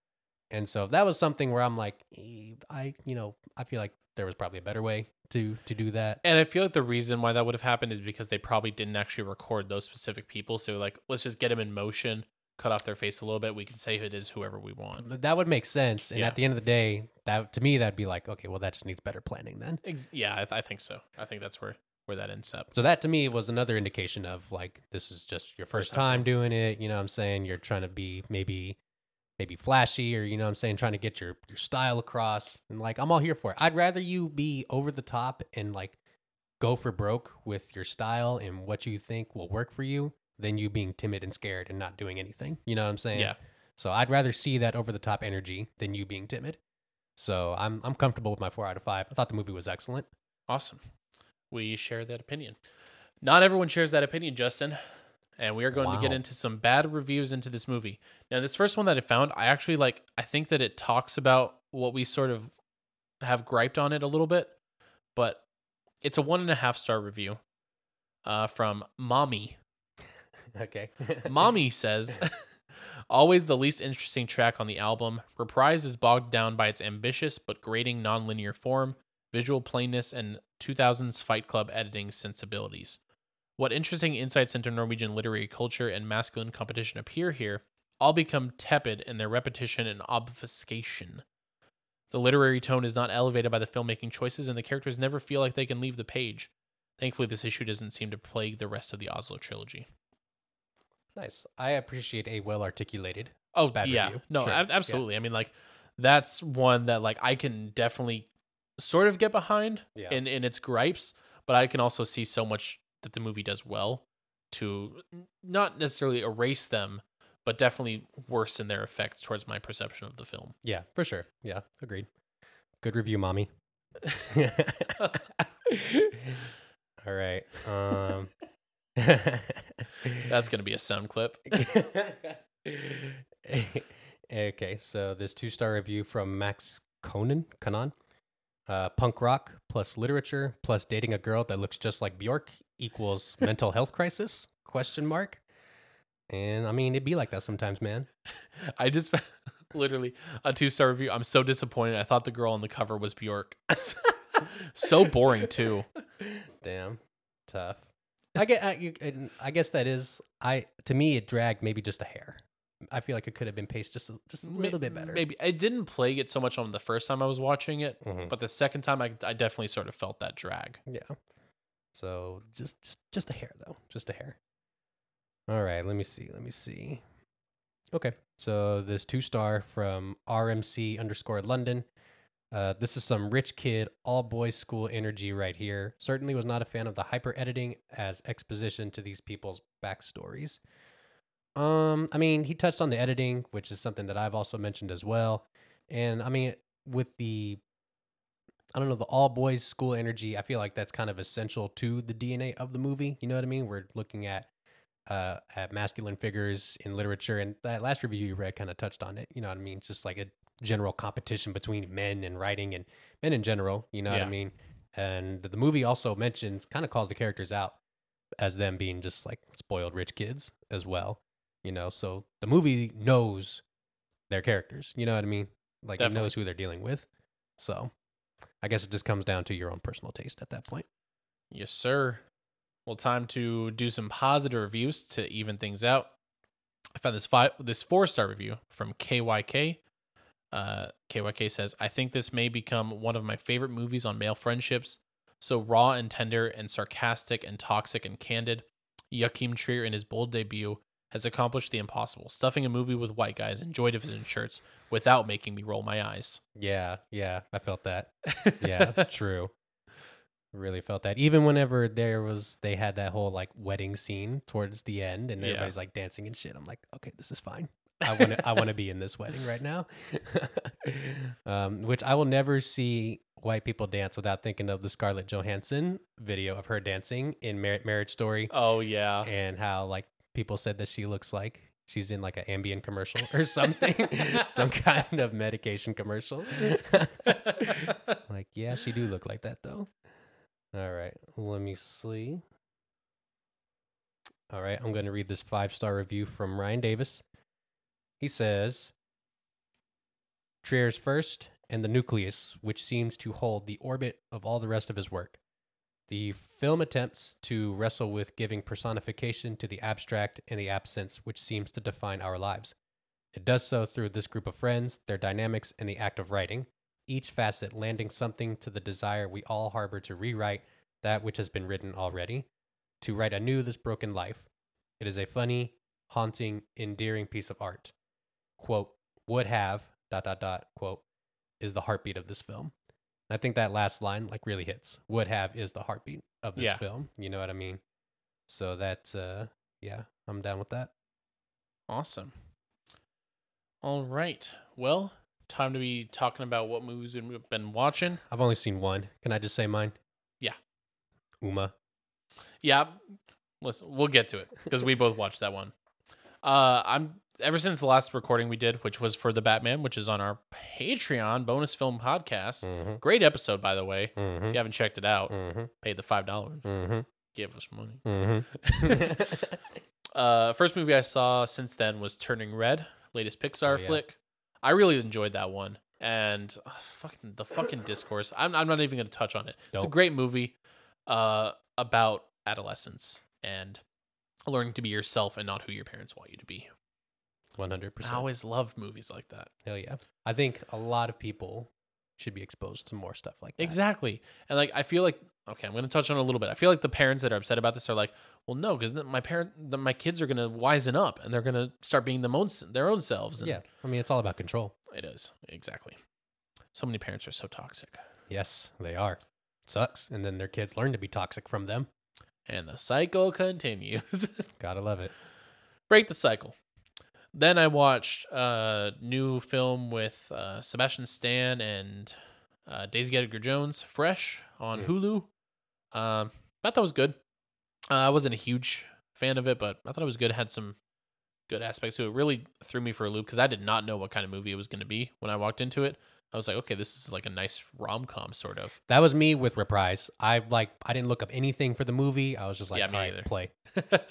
And so that was something where I'm like, eh, I, you know, I feel like there was probably a better way to to do that. and i feel like the reason why that would have happened is because they probably didn't actually record those specific people so like let's just get them in motion cut off their face a little bit we can say who it is whoever we want But that would make sense. And Yeah. at the end of the day, that to me that'd be like, okay, well, that just needs better planning then. Ex- yeah I, th- I think so i think that's where where that ends up So that to me was another indication of like this is just your first First time time doing it. You know what I'm saying? You're trying to be maybe maybe flashy or you know what I'm saying, trying to get your your style across. And like I'm all here for it. I'd rather you be over the top and like go for broke with your style and what you think will work for you than you being timid and scared and not doing anything. You know what I'm saying? yeah So I'd rather see that over the top energy than you being timid. So I'm I'm comfortable with my four out of five. I thought the movie was excellent. Awesome. We share that opinion. Not everyone shares that opinion, Justin. And we are going to get Wow. into some bad reviews into this movie. Now, this first one that I found, I actually like, I think that it talks about what we sort of have griped on it a little bit, but it's a one and a half star review uh, from Mommy. Okay. Mommy says, always the least interesting track on the album. Reprise is bogged down by its ambitious but grating nonlinear form, visual plainness, and 2000s Fight Club editing sensibilities. What interesting insights into Norwegian literary culture and masculine competition appear here all become tepid in their repetition and obfuscation. The literary tone is not elevated by the filmmaking choices, and the characters never feel like they can leave the page. Thankfully, this issue doesn't seem to plague the rest of the Oslo trilogy. Nice. I appreciate a well articulated. Oh, bad yeah. review. No, Sure. ab- Yeah. absolutely. I mean, like that's one that like I can definitely sort of get behind Yeah. in in its gripes, but I can also see so much that the movie does well to n- not necessarily erase them, but definitely worse in their effects towards my perception of the film. Yeah, for sure. Yeah, agreed. Good review, mommy. All right. Um, That's going to be a sound clip. okay, so this two star review from Max Conan Conan. Uh, punk rock plus literature plus dating a girl that looks just like Bjork equals mental health crisis? Question mark. And I mean, it'd be like that sometimes, man. I just literally a two star review. I'm so disappointed. I thought the girl on the cover was Bjork. so boring too. Damn, tough. I get. I, you, and I guess that is. I to me, it dragged maybe just a hair. I feel like it could have been paced just a, just a May- little bit better. Maybe I didn't plague it so much on the first time I was watching it, Mhm. but the second time I, I definitely sort of felt that drag. Yeah. So just just just a hair though, just a hair. All right, let me see. Let me see. Okay, so this two star from RMC underscore London. Uh, this is some rich kid, all boys school energy right here. Certainly was not a fan of the hyper editing as exposition to these people's backstories. Um, I mean, he touched on the editing, which is something that I've also mentioned as well. And I mean, with the I don't know, the all boys school energy, I feel like that's kind of essential to the DNA of the movie. You know what I mean? We're looking at uh at masculine figures in literature and that last review you read kind of touched on it. You know what I mean? It's Just like a general competition between men and writing and men in general, you know what Yeah. I mean? And the movie also mentions kind of calls the characters out as them being just like spoiled rich kids as well. You know, so the movie knows their characters. You know what I mean? Like Definitely. it knows who they're dealing with. So I guess it just comes down to your own personal taste at that point. Yes, sir. Well, time to do some positive reviews to even things out. I found this five this four star review from KYK. Uh, KYK says, "I think this may become one of my favorite movies on male friendships. So raw and tender, and sarcastic and toxic and candid. Joachim Trier in his bold debut has accomplished the impossible, stuffing a movie with white guys in joy division shirts without making me roll my eyes." Yeah, yeah, I felt that. Yeah, true. Really felt that. Even whenever there was, they had that whole like wedding scene towards the end, and Yeah. everybody's like dancing and shit. I'm like, okay, this is fine. I want to, I want to be in this wedding right now. um, which I will never see white people dance without thinking of the Scarlett Johansson video of her dancing in Mar- Marriage Story. oh yeah. and how like people said that she looks like she's in like an Ambien commercial or something, some kind of medication commercial. like, yeah, she do look like that though. All right, let me see. All right, I'm going to read this five star review from Ryan Davis. He says Trier's first and the nucleus, which seems to hold the orbit of all the rest of his work. The film attempts to wrestle with giving personification to the abstract and the absence which seems to define our lives. It does so through this group of friends, their dynamics, and the act of writing, each facet landing something to the desire we all harbor to rewrite that which has been written already, to write anew this broken life. It is a funny, haunting, endearing piece of art. Quote, would have, dot, dot, dot, quote, is the heartbeat of this film. I think that last line like really hits. Would have is the heartbeat of this Yeah. film. You know what I mean? So that's uh yeah, I'm down with that. Awesome. All right. Well, time to be talking about what movies we've been watching. I've only seen one. Can I just say mine? Yeah. Uma. Yeah, listen, we'll get to it because we both watched that one. Uh, I'm ever since the last recording we did, which was for the Batman, which is on our Patreon bonus film podcast. Mm-hmm. Great episode, by the way. If Mm-hmm. you haven't checked it out, Mm-hmm. pay the five dollars. Mm-hmm. Give us money. Mm-hmm. Uh, first movie I saw since then was Turning Red, latest Pixar Oh, yeah. flick. I really enjoyed that one, and ugh, fucking the fucking discourse. I'm I'm not even gonna touch on it. It's a Dope. great movie, uh, about adolescence and learning to be yourself and not who your parents want you to be. One hundred I percent. always love movies like that. Hell yeah. I think a lot of people should be exposed to more stuff like that. Exactly, and like I feel like okay, I'm gonna touch on it a little bit. I feel like the parents that are upset about this are like, well, no, because my parent, the, my kids are gonna wisen up and they're gonna start being them own, their own selves. And Yeah. I mean it's all about control. It is exactly. So many parents are so toxic, Yes, they are. Sucks. And then their kids learn to be toxic from them. and the cycle continues. Gotta love it. Break the cycle. Then I watched a new film with uh, Sebastian Stan and uh, Daisy Edgar Jones, Fresh on Mm. Hulu. Um, I thought that was good. Uh, I wasn't a huge fan of it, but I thought it was good. It had some good aspects to it. Really threw me for a loop because I did not know what kind of movie it was going to be when I walked into it. I was like, okay, this is like a nice rom com sort of. That was me with Reprise. I like I didn't look up anything for the movie. I was just like, Yeah, yeah, me either. play,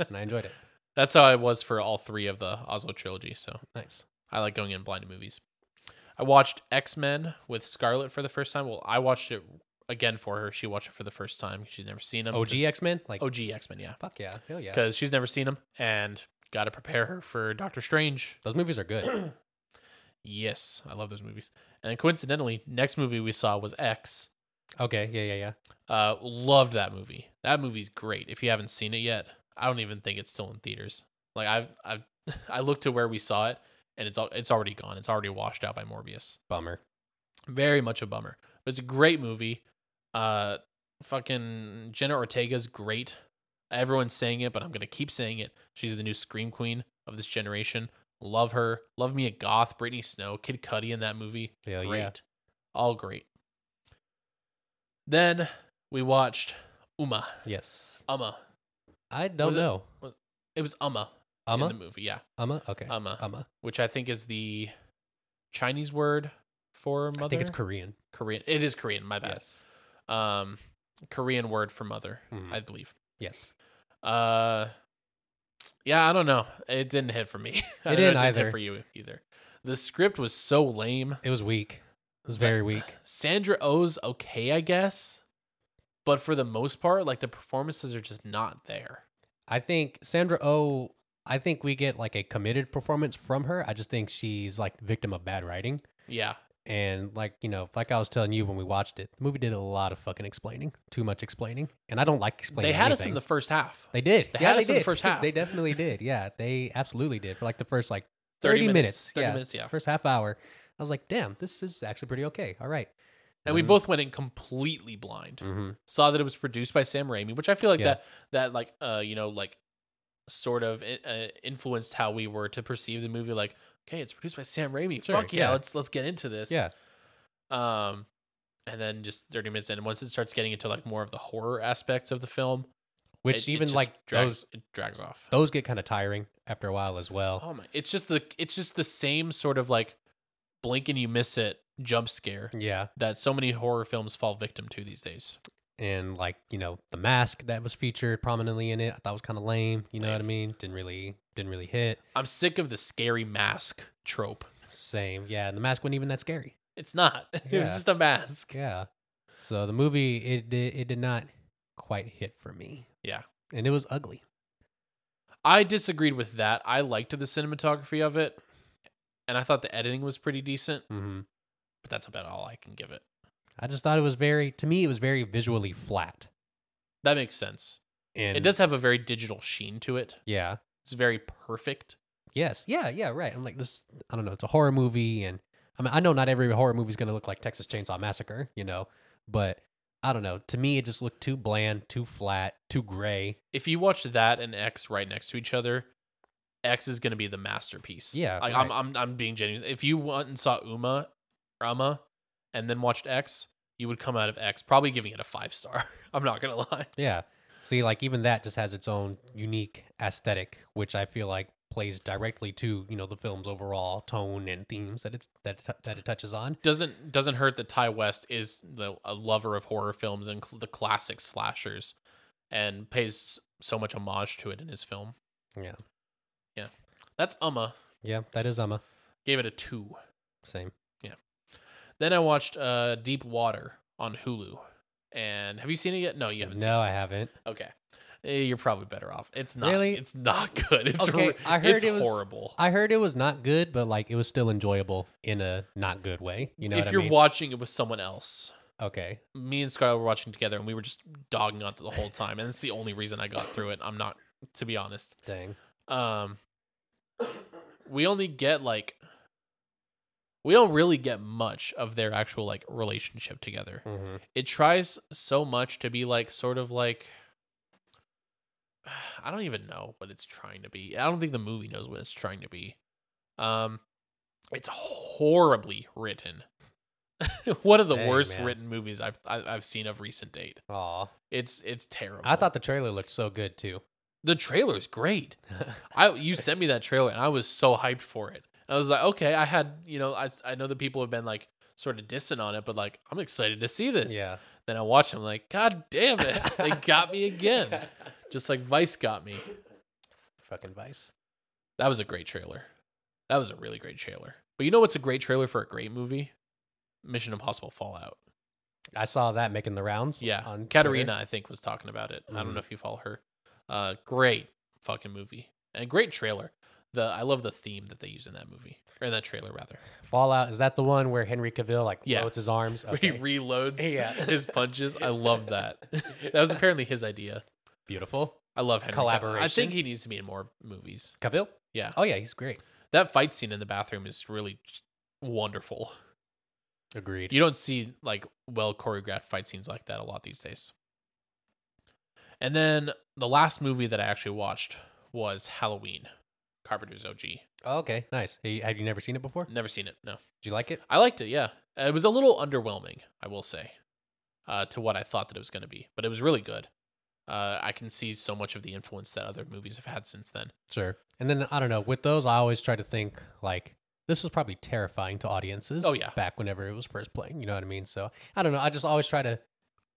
and I enjoyed it. That's how I was for all three of the Oslo trilogy. So Nice. I like going in blind to movies. I watched X Men with Scarlett for the first time. Well, I watched it again for her. She watched it for the first time. 'cause She's never seen them. OG X Men, like OG X Men, yeah, fuck yeah, hell yeah. because she's never seen them and got to prepare her for Doctor Strange. Those movies are good. Yes, I love those movies. And coincidentally, next movie we saw was X. okay, yeah, yeah, yeah. Uh, loved that movie. That movie's great. If you haven't seen it yet, I don't even think it's still in theaters. Like I've, I've, I looked to where we saw it, and it's all, it's already gone. It's already washed out by Morbius. Bummer. very much a bummer. But it's a great movie. Uh, fucking Jenna Ortega's great. Everyone's saying it, but I'm gonna keep saying it. She's the new scream queen of this generation. Love her. Love me a goth. Brittany Snow, Kid Cudi in that movie. Hell great, Oh, yeah. all great. Then we watched Uma. Yes. Uma. I don't Was it- know. It was Uma, in Amma? the um, movie. Yeah, Amma? Okay. Um, Uma, Amma. which I think is the Chinese word for mother. I think it's Korean. Korean. It is Korean. My bad. Yes. um Korean word for mother, Mhm. I believe. Yes. Uh yeah, I don't know. It didn't hit for me. I It know didn't either. hit for you either. The script was so lame. It was weak. It was very weak. Sandra O's okay, I guess. But for the most part, like the performances are just not there. I think Sandra Oh, I think we get like a committed performance from her. I just think she's like victim of bad writing. Yeah. And like, you know, like I was telling you when we watched it, the movie did a lot of fucking explaining. Too much explaining. And I don't like explaining. they had us anything. in the first half. They did. They yeah, had they us did. in the first half. They definitely did. Yeah, they absolutely did for like the first like 30 30, minutes. minutes, 30 yeah, minutes, yeah. First half hour. I was like, damn, this is actually pretty okay. All right. And we both went in completely blind. Mm-hmm. saw that it was produced by Sam Raimi, which I feel like Yeah. that that like uh you know like sort of i- uh, influenced how we were to perceive the movie. Like, okay, it's produced by Sam Raimi. Sure, Fuck yeah, yeah. let's let's get into this. Yeah. Um, and then just thirty minutes in, and once it starts getting into like more of the horror aspects of the film, Which it- it even just like drags, those Oh. it drags off. those get kind of tiring after a while as well. Oh my! It's just the it's just the same sort of like blink and you miss it jump scare Yeah. that so many horror films fall victim to these days. And like, you know, the mask that was featured prominently in it, I thought was kind of lame, you know what I Lame. mean? Didn't really didn't really hit. I'm sick of the scary mask trope. Same. Yeah, and the mask wasn't even that scary. It's not. It was Yeah. just a mask. Yeah. So the movie it did it did not quite hit for me. Yeah. And it was ugly. I disagreed with that. I liked the cinematography of it, and I thought the editing was pretty decent. Mhm. But that's about all I can give it. I just thought it was very to me it was very visually flat. That makes sense. And it does have a very digital sheen to it. Yeah. It's very perfect. Yes. Yeah. Yeah. Right. I'm like this. I don't know. It's a horror movie, and I mean, I know not every horror movie is going to look like Texas Chainsaw Massacre, you know, but I don't know. To me, it just looked too bland, too flat, too gray. If you watch that and X right next to each other, X is going to be the masterpiece. Yeah, like, I'm, I'm, I'm being genuine. If you went and saw Uma, Uma, and then watched X, you would come out of X probably giving it a five star. I'm not gonna lie. Yeah. See, like even that just has its own unique aesthetic, which I feel like plays directly to you know the film's overall tone and themes that it's that it tou- that it touches on. doesn't doesn't hurt that Ty West is the, a lover of horror films and cl- the classic slashers, and pays so much homage to it in his film. Yeah. yeah, that's Uma. Yeah, that is Emma. Gave it a two. Same. Then I watched uh, Deep Water on Hulu, and have you seen it yet? No, you haven't. seen No, I haven't. it. Okay, Eh, you're probably better off. It's not. Really? It's not good. It's Okay, hor- I heard it's it was- horrible. I heard it was not good, but like it was still enjoyable in a not good way. You know if what you're I mean? watching it with someone else, okay. me and Scarlett were watching together, and we were just dogging on it the whole time, and that's the only reason I got through it. I'm not, to be honest. Dang. um we only get like we don't really get much of their actual like relationship together Mm-hmm. it tries so much to be like sort of like i don't even know what it's trying to be i don't think the movie knows what it's trying to be Um, it's horribly written. One of the Dang, worst man. written movies I've I- I've seen of recent date. Aw. It's it's terrible. I thought the trailer looked so good too. the trailer's great. I you sent me that trailer and I was so hyped for it. I was like, okay, I had you know I I know that people have been like sort of dissing on it, but like I'm excited to see this. yeah. Then I watched. it, I'm like, God damn it, they got me again, just like Vice got me. Fucking Vice. That was a great trailer. That was a really great trailer. But you know what's a great trailer for a great movie? Mission Impossible Fallout. I saw that making the rounds. Yeah. on Katarina, I think, was talking about it. I don't Mhm. know if you follow her. Uh, great fucking movie and great trailer. The I love the theme that they use in that movie or that trailer rather, Twitter. Fallout. Is that the one where Henry Cavill like Yeah. loads his arms? Okay. where he reloads Yeah. his punches. I love that. that was apparently his idea. Beautiful. I love Henry. Cavill. I Collaboration. think he needs to be in more movies. Cavill. Yeah, Oh yeah, he's great. that fight scene in the bathroom is really just wonderful. Agreed. You don't see like well choreographed fight scenes like that a lot these days. And then the last movie that I actually watched was Halloween, Carpenter's OG. Oh, okay, nice. Hey, Have you never seen it before? Did Never seen it. No, you like it? I liked it. Yeah, it was a little underwhelming, I will say, uh, to what I thought that it was going to be, but it was really good. Uh, I can see so much of the influence that other movies have had since then. Sure. And then I don't know. With those, I always try to think like this was probably terrifying to audiences. Oh, yeah. back whenever it was first playing. You know what I mean? So I don't know. I just always try to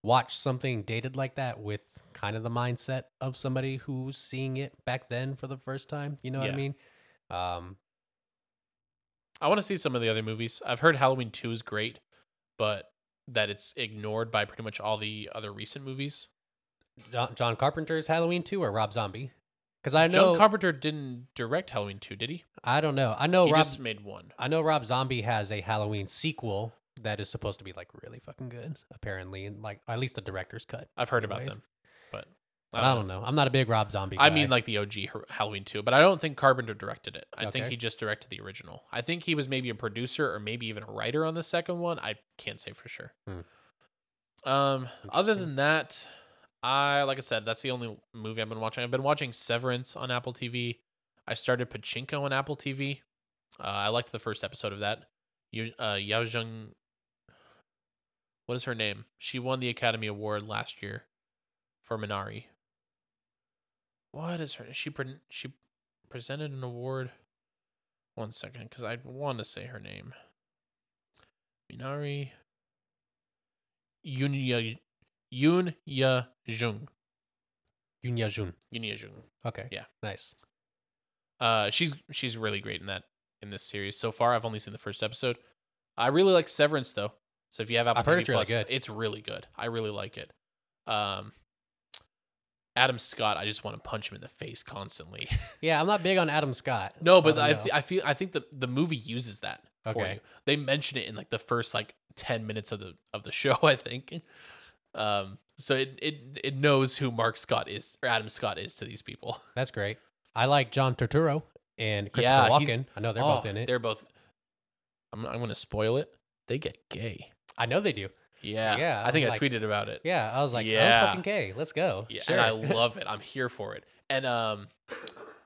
watch something dated like that with kind of the mindset of somebody who's seeing it back then for the first time. You know what Yeah. I mean? Um, I want to see some of the other movies. I've heard Halloween 2 is great, but that it's ignored by pretty much all the other recent movies. John, John Carpenter's Halloween two or Rob Zombie? Because I know John Carpenter didn't direct Halloween 2, did he? I don't know. I know he Oh, Rob. just made one. I know Rob Zombie has a Halloween sequel that is supposed to be like really fucking good, apparently, and like at least the director's cut. I've heard about Anyways. them, but I don't, know. I'm not a big Rob Zombie. Guy. I mean, like the OG Har- Halloween 2, but I don't think Carpenter directed it. I think Okay. he just directed the original. I think he was maybe a producer or maybe even a writer on the second one. I can't say for sure. Hmm. Um, other Interesting. than that, I like I said, that's the only movie I've been watching. I've been watching Severance on Apple TV. I started Pachinko on Apple TV. Uh, I liked the first episode of that. You, uh, Yao Zheng, what is her name? She won the Academy Award last year for Minari. What is her? She pre- she presented an award. One second, because I want to say her name. Minari. Yoon Ya Yoon Ya Jung. Yoon Ya Jun. Yoon Ya Jung. Okay. Yeah. Nice. Uh, she's she's really great in that in this series so far. I've only seen the first episode. I really like Severance though. So if you have Apple I've heard TV it's really Plus, good. it's really good. I really like it. Um, Adam Scott, I just want to punch him in the face constantly. Yeah, I'm not big on Adam Scott. No, so but don't I, know. th- I feel I think the the movie uses that for Okay. you. They mention it in like the first like ten minutes of the of the show, I think. Um, so it it it knows who Mark Scott is or Adam Scott is to these people. that's great. I like John Turturro and Christopher Yeah, he's- Walken. I know they're Oh, both in it. They're both. I'm I'm gonna spoil it. They get gay. I know they do. Yeah, Yeah, I think I'm I like- tweeted about it. Yeah, I was like, Yeah. oh fucking gay, let's go. Yeah, sure. and I love it. I'm here for it. And um,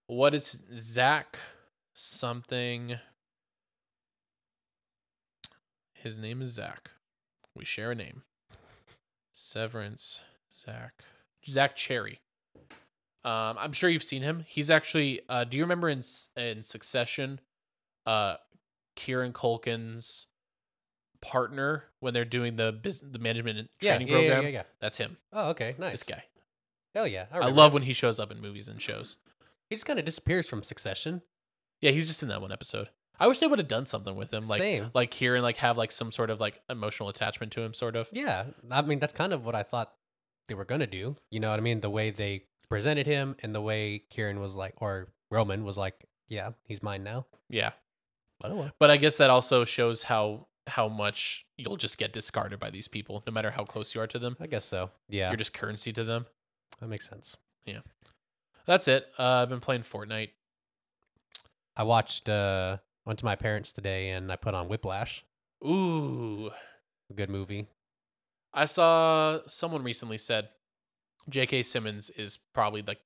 what is Zach something? His name is Zach. We share a name. Severance Zach Zach Cherry. Um, I'm sure you've seen him. He's actually. Uh, do you remember in S- in Succession, uh, Kieran Culkin's partner when they're doing the business, the management and yeah, training yeah, program? Yeah, yeah, yeah. That's him. Oh, okay, nice. This guy. Oh yeah, I remember. love when he shows up in movies and shows. He just kind of disappears from Succession. Yeah, he's just in that one episode. I wish they would have done something with him, like Same. like here and like have like some sort of like emotional attachment to him, sort of. Yeah, I mean that's kind of what I thought they were gonna do. You know what I mean? The way they presented him and the way Kieran was like, or Roman was like, yeah, he's mine now. Yeah, But oh well. but I guess that also shows how how much you'll just get discarded by these people, no matter how close you are to them. I guess so. Yeah, You're just currency to them. that makes sense. That's it. Uh, I've been playing Fortnite. I watched uh went to my parents today and I put on Whiplash, Ooh, a good movie. I saw someone recently said J.K. Simmons is probably like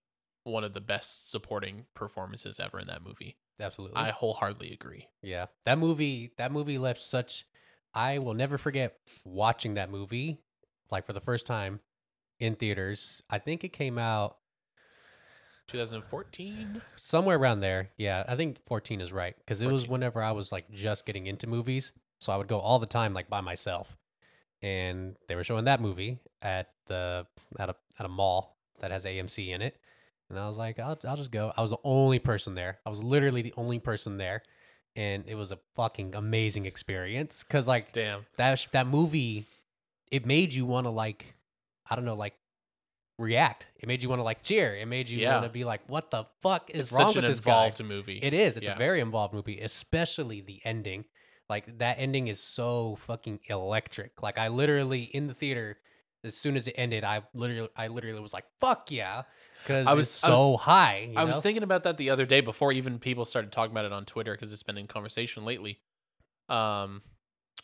one of the best supporting performances ever in that movie. absolutely. I wholeheartedly agree. yeah, that movie. That movie left such. I will never forget watching that movie, like for the first time, in theaters. I think it came out 2014. somewhere around there. Yeah, I think 14 is right because it was 14. whenever I was like just getting into movies, so I would go all the time like by myself. And they were showing that movie at the at a at a mall that has AMC in it, and I was like, I'll I'll just go. I was the only person there. I was literally the only person there, and it was a fucking amazing experience because like Damn. that sh- that movie it made you want to like i don't know like react it made you want to like cheer it made you Yeah. want to be like what the fuck is It's wrong such an with this guy involved movie. it is it's yeah. a very involved movie especially the ending like that ending is so fucking electric like i literally in the theater as soon as it ended i literally i literally was like fuck yeah because I i was- was I so was- high you I was know? thinking about that the other day before even people started talking about it on Twitter because it's been in conversation lately. Um,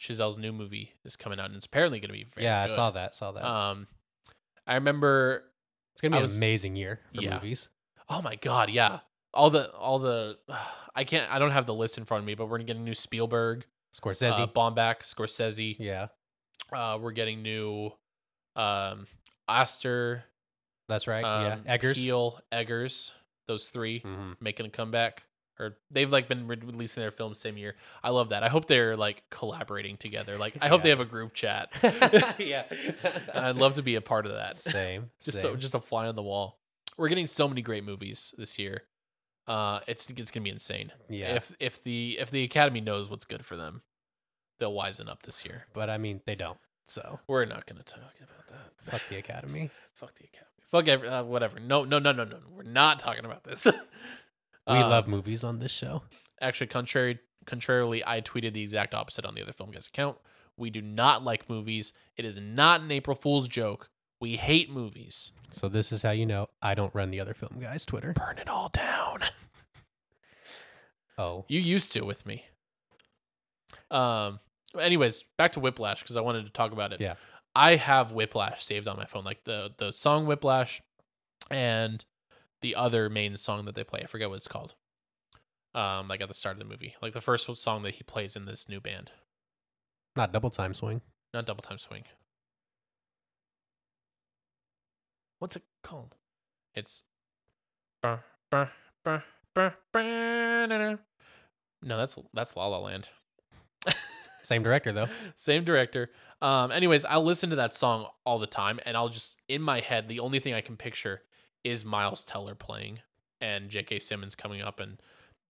Chazelle's new movie is coming out and it's apparently going to be very yeah good. i saw that saw that Um, I remember. it's gonna I be was- an amazing year for Yeah. movies Oh my god, yeah. All the all the I can't I don't have the list in front of me, but we're getting new Spielberg, scorsese uh, Bomback, Scorsese. yeah Uh, we're getting new um Oster, that's right um, yeah eggers Peele, Eggers, those 3 Mhm. making a comeback or they've like been re- releasing their films same year. I love that. I hope they're like collaborating together. Like I hope they Yeah. have a group chat. yeah. and I'd love to be a part of that. Same. just same. so, just a fly on the wall. We're getting so many great movies this year. Uh it's it's going to be insane. yeah. If if the if the academy knows what's good for them, they'll wisen up this year. but I mean, they don't. So We're not going to talk about that. fuck the academy. Fuck the academy. Fuck every, uh, whatever. No, no, no, no, no. We're not talking about this. Uh, We love movies on this show. actually contrary contrarily i tweeted the exact opposite on the other film guys account we do not like movies it is not an april fool's joke we hate movies So this is how you know I don't run the other film guys Twitter. burn it all down Oh, you used to with me um anyways back to whiplash because i wanted to talk about it Yeah. i have whiplash saved on my phone like the the song whiplash and the other main song that they play i forget what it's called um like at the start of the movie like the first song that he plays in this new band not double time swing. not double time swing. What's it called? It's. Brr, brr, brr, brr, brr, na, na. No, that's that's La La Land. Same director though. Same director. Um, anyways, I'll listen to that song all the time, and I'll just in my head, the only thing I can picture is Miles Teller playing and J.K. Simmons coming up and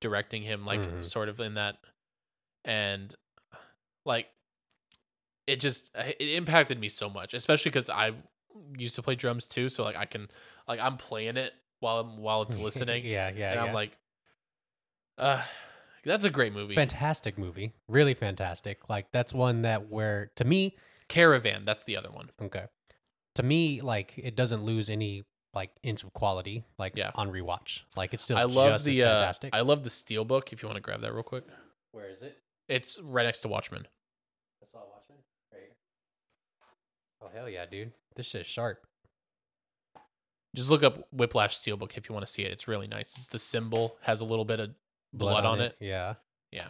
directing him, like Mhm. sort of in that, and like it just uh, it impacted me so much, especially because I used to play drums too, so like I can like I'm playing it while I'm while it's listening, yeah, yeah. and yeah. I'm like, uh, that's a great movie. fantastic movie. Really fantastic. Like that's one that where to me Caravan, that's the other one. Okay. To me, like it doesn't lose any like inch of quality, like Yeah. on rewatch. Like it's still I love just the as uh, fantastic. I love the steel book. If you want to grab that real quick, Where is it? it's right next to Watchmen. I saw Watchmen right here. Oh hell yeah, dude! This shit's sharp. Just look up Whiplash steel book if you want to see it. It's really nice. It's the symbol has a little bit of blood, on it. Yeah. Yeah.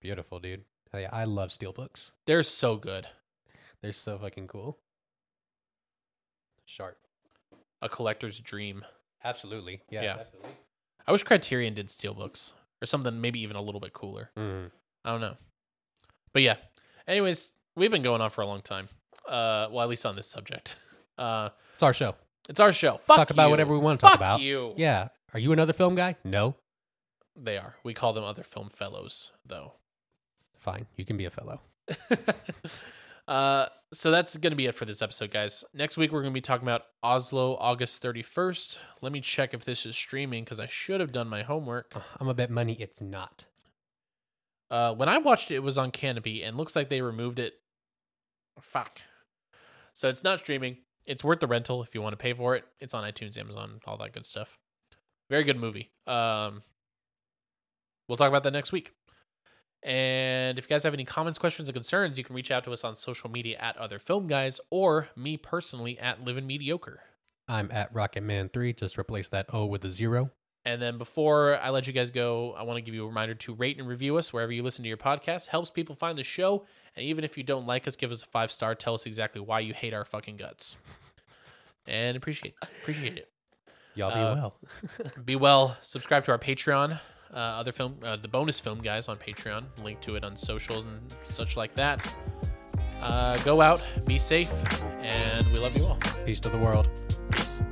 Beautiful, dude. Hell yeah, I love steel books. They're so good. They're so fucking cool. Sharp. A collector's dream. Absolutely. Yeah. Yeah. Definitely. I wish Criterion did steel books or something maybe even a little bit cooler. Mm. I don't know. But yeah. Anyways, we've been going on for a long time. Uh, well, at least on this subject. Uh, It's our show. it's our show. Fuck talk about you. whatever we want to Fuck talk about. you. Yeah. Are you another film guy? No. They are. We call them other film fellows, though. Fine. You can be a fellow. uh, so that's going to be it for this episode, guys. Next week, we're going to be talking about Oslo, August 31st. Let me check if this is streaming because I should have done my homework. Uh, I'm a bet money it's not. Uh, when I watched it, it was on Canopy and looks like they removed it. Fuck. So it's not streaming. It's worth the rental if you want to pay for it. It's on iTunes, Amazon, all that good stuff. Very good movie. Um, we'll talk about that next week. And if you guys have any comments, questions, or concerns, you can reach out to us on social media at Other Film Guys or me personally at Livin' Mediocre. I'm at Rocket Man 3. Just replace that O with a zero. And then before I let you guys go, I want to give you a reminder to rate and review us wherever you listen to your podcast. Helps people find the show. And even if you don't like us, give us a five star. Tell us exactly why you hate our fucking guts. and appreciate appreciate it. Y'all be Uh, well. Be well. Subscribe to our Patreon. Uh, other film, uh, the bonus film guys on Patreon. Link to it on socials and such like that. Uh, go out, be safe, and we love you all. Peace to the world. Peace.